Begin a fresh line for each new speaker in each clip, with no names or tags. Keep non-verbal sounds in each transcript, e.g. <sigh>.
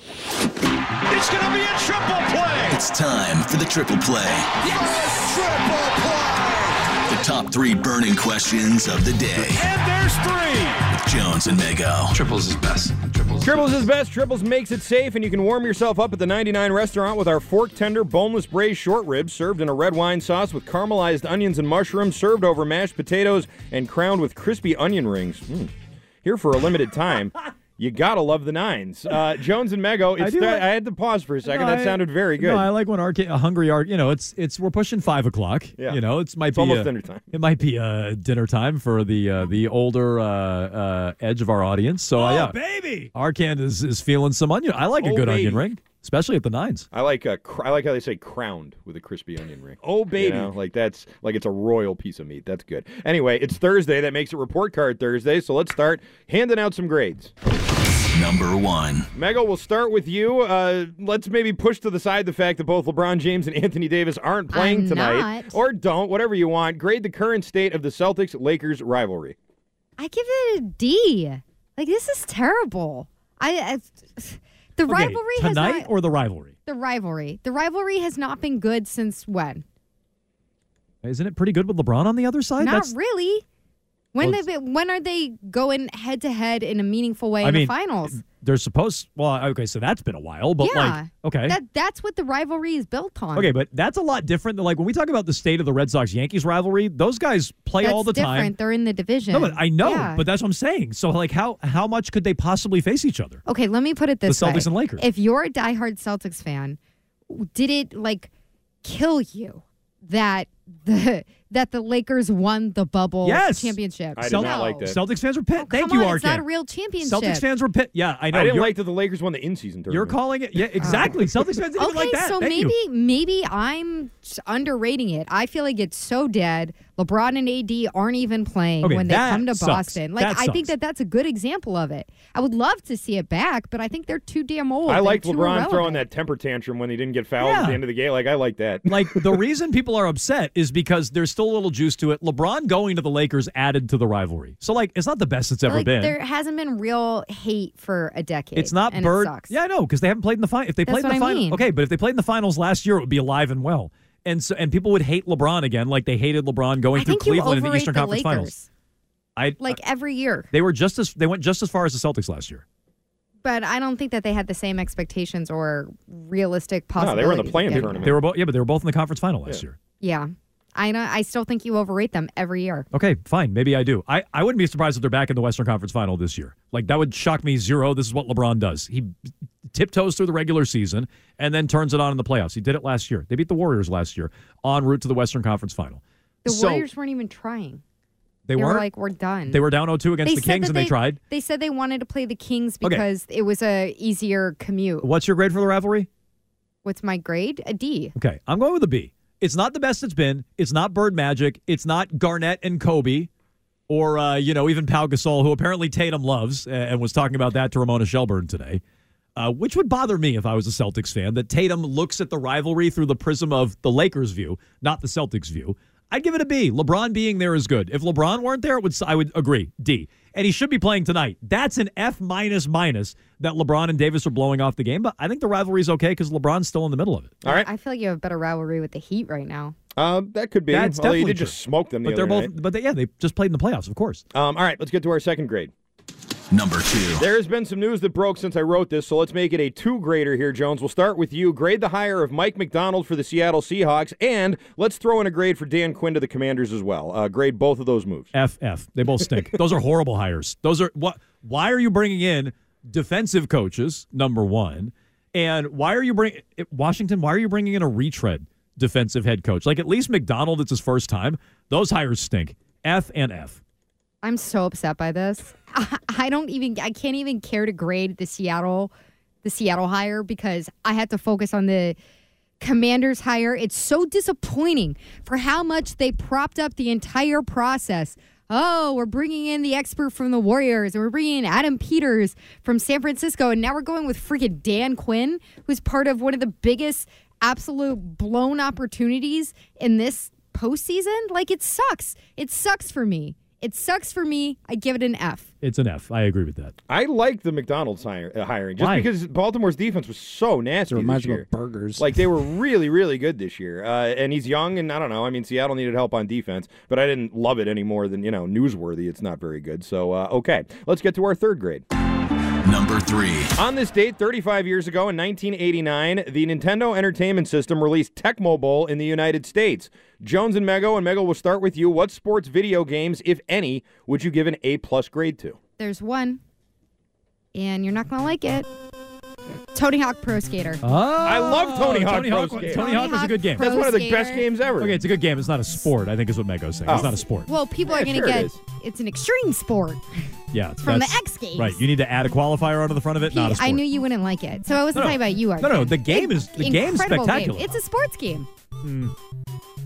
It's going to be a triple play.
It's time for the triple play.
Triple play.
The top three burning questions of the day
And there's three.
with Jones and Mego.
Triples is best. Triples.
Triples is best. Triples makes it safe, and you can warm yourself up at the 99 restaurant with our fork tender, boneless braised short ribs served in a red wine sauce with caramelized onions and mushrooms, served over mashed potatoes and crowned with crispy onion rings. Mm. Here for a limited
<laughs>
time. You gotta love the nines. Uh, Jones and Mego. It's
do
thi-
like-
I had to pause for a second.
No,
that
I-
sounded very good.
No, I like when arca- a hungry art. You know, it's it's we're pushing five o'clock.
Yeah.
You know, it's might
It's
be
almost
uh,
dinner time.
It might be uh, dinner time for the uh, the older uh, uh, edge of our audience. So
Oh,
uh, yeah,
baby.
Arcan is is feeling some onion. I like a
Oh,
good
baby.
onion ring, especially at the nines.
I like a cr- I like how they say crowned with a crispy onion ring.
Oh, baby.
You know, like that's like it's a royal piece of meat. That's good. Anyway, it's Thursday. That makes it report card Thursday. So let's start handing out some grades.
Number one.
Mego, we'll start with you. Uh, let's maybe push to the side the fact that both LeBron James and Anthony Davis aren't playing
I'm
tonight,
not.
or don't. Whatever you want. Grade the current state of the Celtics Lakers rivalry.
I give it a D. Like this is terrible. I, I the
Okay,
rivalry has
tonight
not
or the rivalry?
the rivalry. The rivalry has not been good since when?
Isn't it pretty good with LeBron on the other side?
not
That's-
really. When
Well,
they they when are they going head to head in a meaningful way
I
in
mean,
the finals?
they're supposed. Well, okay, so that's been a while, but
yeah.
like, okay,
That that's what the rivalry is built on.
Okay, but that's a lot different than like when we talk about the state of the Red Sox Yankees rivalry. Those guys play
that's
all the
different.
time.
They're in the division.
No, but I know,
Yeah.
but that's what I'm saying. So like, how how much could they possibly face each other?
Okay, let me put it this way.
Celtics and Lakers.
If you're a diehard Celtics fan, w- did it like kill you that the <laughs> that the Lakers won the bubble
Yes.
championship?
I did
No.
not like that.
Celtics fans were pit. Thank
Oh, Come
you,
on, It's
RK.
not a real championship.
Celtics fans were pit. Yeah, I know.
I didn't
you're,
like that the Lakers won the in-season tournament.
you're calling it.
<laughs>
Yeah, exactly. Celtics fans didn't
Oh. Okay,
even like that.
so
Thank
maybe
you.
maybe I'm s- underrating it. I feel like it's so dead. LeBron and AD aren't even playing
Okay,
when they
that
come to
sucks.
Boston. Like
That
I think
sucks.
that that's a good example of it. I would love to see it back, but I think they're too damn old.
I
They're
liked
too
LeBron throwing
irrelevant.
that temper tantrum when he didn't get fouled at
Yeah.
the end of the game. Like I like that.
like the reason people are upset is because there's still a little juice to it. LeBron going to the Lakers added to the rivalry. So like, it's not the best it's ever
like,
been.
There hasn't been real hate for a decade.
It's not
and
Bird.
It sucks.
Yeah, I know because they haven't played in the final. If they
That's
played in
what
the
I
final,
mean.
okay, but if they played in the finals last year, it would be alive and well. And so, and people would hate LeBron again, like they hated LeBron going
I
through
think you
Cleveland
overrate
in the Eastern
the
Conference
Lakers
Finals. I
like
uh,
every year,
they were just as they went just as far as the Celtics last year.
but I don't think that they had the same expectations or realistic
No,
possibilities.
they were in the play-in
playing
tournament.
They were both yeah, but they were both in the conference final last year.
Yeah, I know. I still think you overrate them every year.
Okay, fine, maybe I do. I I wouldn't be surprised if they're back in the Western Conference final this year. Like that would shock me zero. This is what LeBron does. He tiptoes through the regular season and then turns it on in the playoffs. He did it last year. They beat the Warriors last year en route to the Western Conference final.
The
So-
Warriors weren't even trying.
They,
They,
weren't.
were like, we're done.
They were down 0-2 against
They
the
said
Kings, and
that
they, tried.
They said they wanted to play the Kings
Okay.
because it was a easier commute.
What's your grade for the rivalry?
What's my grade? A D.
Okay, I'm going with a B. It's not the best it's been. It's not Bird Magic. It's not Garnett and Kobe, or uh, you know even Pau Gasol, who apparently Tatum loves, uh, and was talking about that to Ramona Shelburne today. uh, which would bother me if I was a Celtics fan, that Tatum looks at the rivalry through the prism of the Lakers' view, not the Celtics' view. I'd give it a B. LeBron being there is good. If LeBron weren't there, it would I would agree. D. And he should be playing tonight. That's an F minus minus that LeBron and Davis are blowing off the game. But I think the rivalry is okay because LeBron's still in the middle of it.
All right.
I feel like you have a better rivalry with the Heat right now.
Uh, that could be.
That's
Although you
definitely
did just
true.
smoke them the
but they're
other
both.
night.
But they, yeah, they just played in the playoffs, of course.
Um, all right, let's get to our second grade.
Number two.
There has been some news that broke since I wrote this, so let's make it a two grader here, Jones. We'll start with you. Grade the hire of Mike McDonald for the Seattle Seahawks, and let's throw in a grade for Dan Quinn to the Commanders as well. Uh, grade both of those moves.
F F. They
<laughs>
both stink. Those are horrible hires. Those are what? Why are you bringing in defensive coaches? Number one, and why are you bringing Washington? Why are you bringing in a retread defensive head coach? Like at least McDonald, it's his first time. Those hires stink. F and F.
I'm so upset by this. I, I don't even I can't even care to grade the Seattle the Seattle hire because I had to focus on the Commanders hire. It's so disappointing for how much they propped up the entire process. Oh, we're bringing in the expert from the Warriors, and we're bringing in Adam Peters from San Francisco, and now we're going with freaking Dan Quinn, who's part of one of the biggest absolute blown opportunities in this postseason. Like it sucks. It sucks for me. It sucks for me. I give it an F.
It's an F. I agree with that.
I like the McDonald's hire, uh, hiring just
Why?
because Baltimore's defense was so nasty.
It reminds
this
me
year.
of burgers.
Like they were really, really good this year. Uh, and he's young, and I don't know. I mean, Seattle needed help on defense, but I didn't love it any more than you know newsworthy. It's not very good. So uh, okay, let's get to our third grade.
Number three.
On this date, 35 years ago in 1989, the Nintendo Entertainment System released Tecmo Bowl in the United States. Jones and Mego, and Mego will start with you. What sports video games, if any, would you give an A plus grade to?
There's one, and you're not gonna like it. Tony Hawk Pro Skater.
I
love Tony Hawk
Tony
Pro
Hawk,
Skater.
Uh, Tony Hawk was a good game.
Pro
That's one of the
Skater.
best games ever.
Okay, it's a good game. It's not a sport. I think is what Mego's saying.
Oh.
It's not a sport.
Well, people
Yeah,
are gonna
sure it
get.
is.
it's an extreme sport.
yeah, it's
from the
that's-
X Games.
Right. You need to add a qualifier onto the front of it. <laughs> Not a
Pete,
sport.
I knew you wouldn't like it, so I wasn't talking about you.
No, no,
Arjun.
the game is the game's
Incredible game.
spectacular.
It's a sports game.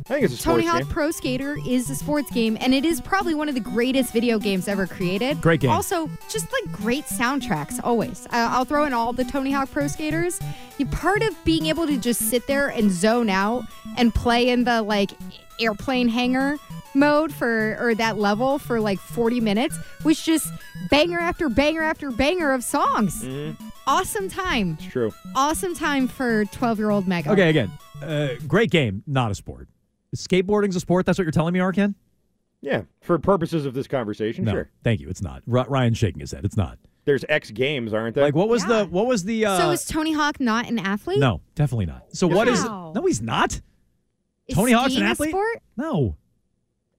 I think it's a sports
Tony Hawk
game.
Pro Skater is a sports game, and it is probably one of the greatest video games ever created.
Great game.
Also, just like great soundtracks, always. Uh, I'll throw in all the Tony Hawk Pro Skaters. You part of being able to just sit there and zone out and play in the like airplane hangar mode for or that level for like 40 minutes was just banger after banger after banger of songs.
Mm-hmm.
Awesome time.
It's true.
Awesome time for 12 year old Mega.
Okay, again, uh, great game, not a sport. Skateboarding's a sport. That's what you're telling me, Arkan?
Yeah, for purposes of this conversation,
No,
sure.
thank you. It's not. R- Ryan's shaking his head. It's not.
There's X games, aren't there?
Like what was
Yeah.
the what was the? Uh,
so is Tony Hawk not an athlete?
no, definitely not. So what is?
Wow.
No, he's not.
Is
Tony Hawk's an
skiing a
athlete?
sport?
No.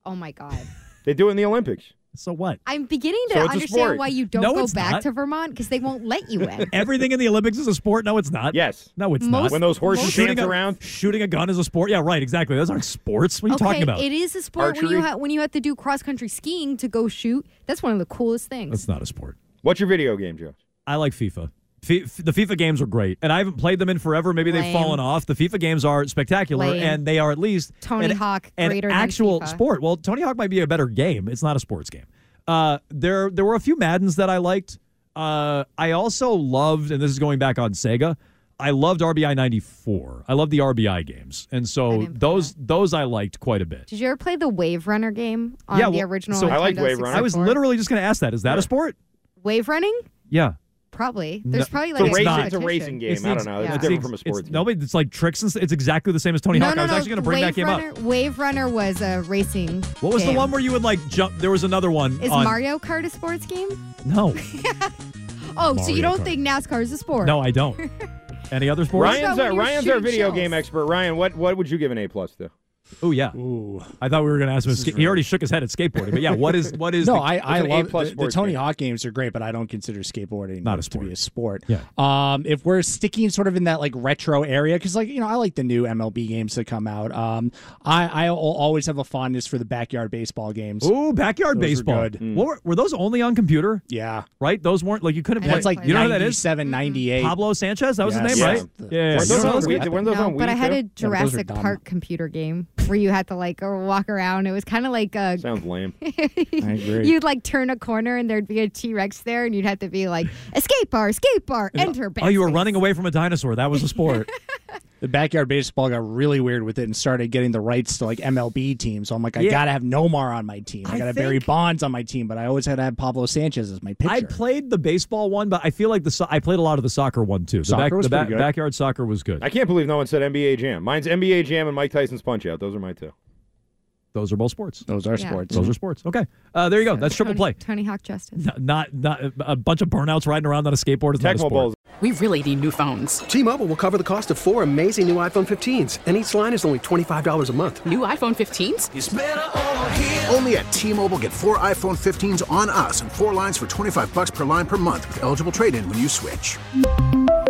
Oh my god.
they do it in the Olympics.
So what?
I'm beginning to
So it's a sport.
understand why you don't
No,
go
it's
back
not.
to Vermont because they won't let you in.
Everything in the Olympics is a sport. No, it's not.
Yes.
No, <laughs> it's
Most-
not.
When those horses
Most-
dance
a,
around.
shooting a gun is a sport. Yeah, right. Exactly. Those aren't sports. What are you
okay,
talking about?
it is a sport when
Archery?
you ha- when you have to do cross country skiing to go shoot. That's one of the coolest things.
That's not a sport.
What's your video game, Joe?
I like FIFA. Fi- f- the FIFA games are great, and I haven't played them in forever. Maybe they've
Lame.
fallen off. The FIFA games are spectacular,
Lame.
and they are at least
Tony
an,
Hawk
an
greater than
actual
FIFA.
sport. Well, Tony Hawk might be a better game. It's not a sports game. Uh, there, there were a few Maddens that I liked. Uh, I also loved, and this is going back on Sega. I loved RBI '94. I loved the RBI games, and so
didn't play
those those I liked quite a bit.
Did you ever play the Wave Runner game on
Yeah,
the
well,
original?
so- I
like
Nintendo
Wave Runner.
I was
64?
literally just going to ask that. Is that a sport?
wave running.
Yeah.
Probably. There's probably
It's,
like
a,
it's
racing,
not.
it's a racing game.
It's the
I don't
ex-
know. It's
yeah.
different
It's-
from a
it's-
sports game.
No, but it's like tricks and st- it's exactly the same as Tony
No,
Hawk.
no,
I was
no.
actually going to bring
wave
that game
runner,
up.
Wave Runner was a racing.
What was
game.
the one where you would like jump? There was another one.
Is
on-
Mario Kart a sports game?
No,
Oh, so
Mario
you don't
Kart.
think NASCAR is a sport?
no, I don't. Any other sports?
Ryan's,
about when
our,
you were
Ryan's our
shooting
video
shells?
game expert. Ryan, what, what would you give an A plus to?
Oh yeah. I thought we were going to ask him. a
is
Ska- he
really-
already shook his head at skateboarding. But yeah, what is what
<laughs>
is?
no,
the-
I, I
an A
love
plus
the, the
sports
Tony
game.
Hawk games are great, but I don't consider skateboarding
Not
to
a sport.
be a sport.
Yeah.
Um, if we're sticking sort of in that like retro area, because like you know I like the new MLB games that come out. Um, I I al- always have a fondness for the backyard baseball games.
Ooh, backyard
Those are
baseball.
good. Mm.
What were, were those only on computer?
Yeah,
Right? Those weren't like you couldn't
I
play.
didn't
that's like
play
you know
ninety-seven,
who that is?
ninety-eight.
Pablo Sanchez. That was
Yes.
his name,
Yeah.
right?
The-
Yeah.
Weren't
You know
those
who
on
that was?
Wii? Weren't those
no,
on
but
Wii
I had
too?
a
those are
Jurassic
dumb.
Park computer game. where you had to like or walk around. It was kind of like a
Sounds lame.
I agree.
You'd like turn a corner and there'd be a T Rex there, and you'd have to be like, escape bar, escape bar, enter.
Oh, you were
backspace."
running away from a dinosaur. That was a
<laughs>
sport.
the backyard baseball got really weird with it and started getting the rights to like MLB teams. So I'm like, I
Yeah.
gotta have Nomar on my team. I,
I
gotta Barry
think-
Bonds on my team, but I always had to have Pablo Sanchez as my pitcher.
I played the baseball one, but I feel like the so- I played a lot of the soccer one too. The,
Soccer was
the
pretty good.
backyard soccer was good.
I can't believe no one said NBA Jam. Mine's NBA Jam and Mike Tyson's Punch Out. Those are my two.
Those are both sports.
Those are
Yeah.
sports.
Those are sports. Okay, uh, there you go. That's triple
Tony-
play.
<laughs> Tony Hawk Justice.
N- Not not a bunch of burnouts riding around on a skateboard. Is not a
Tecmo
sport.
Bowls.
We really need new phones.
T-Mobile will cover the cost of four amazing new iPhone 15s, and each line is only $25 a month.
New iPhone 15s?
Only at T-Mobile, get four iPhone 15s on us and four lines for 25 bucks per line per month with eligible trade-in when you switch.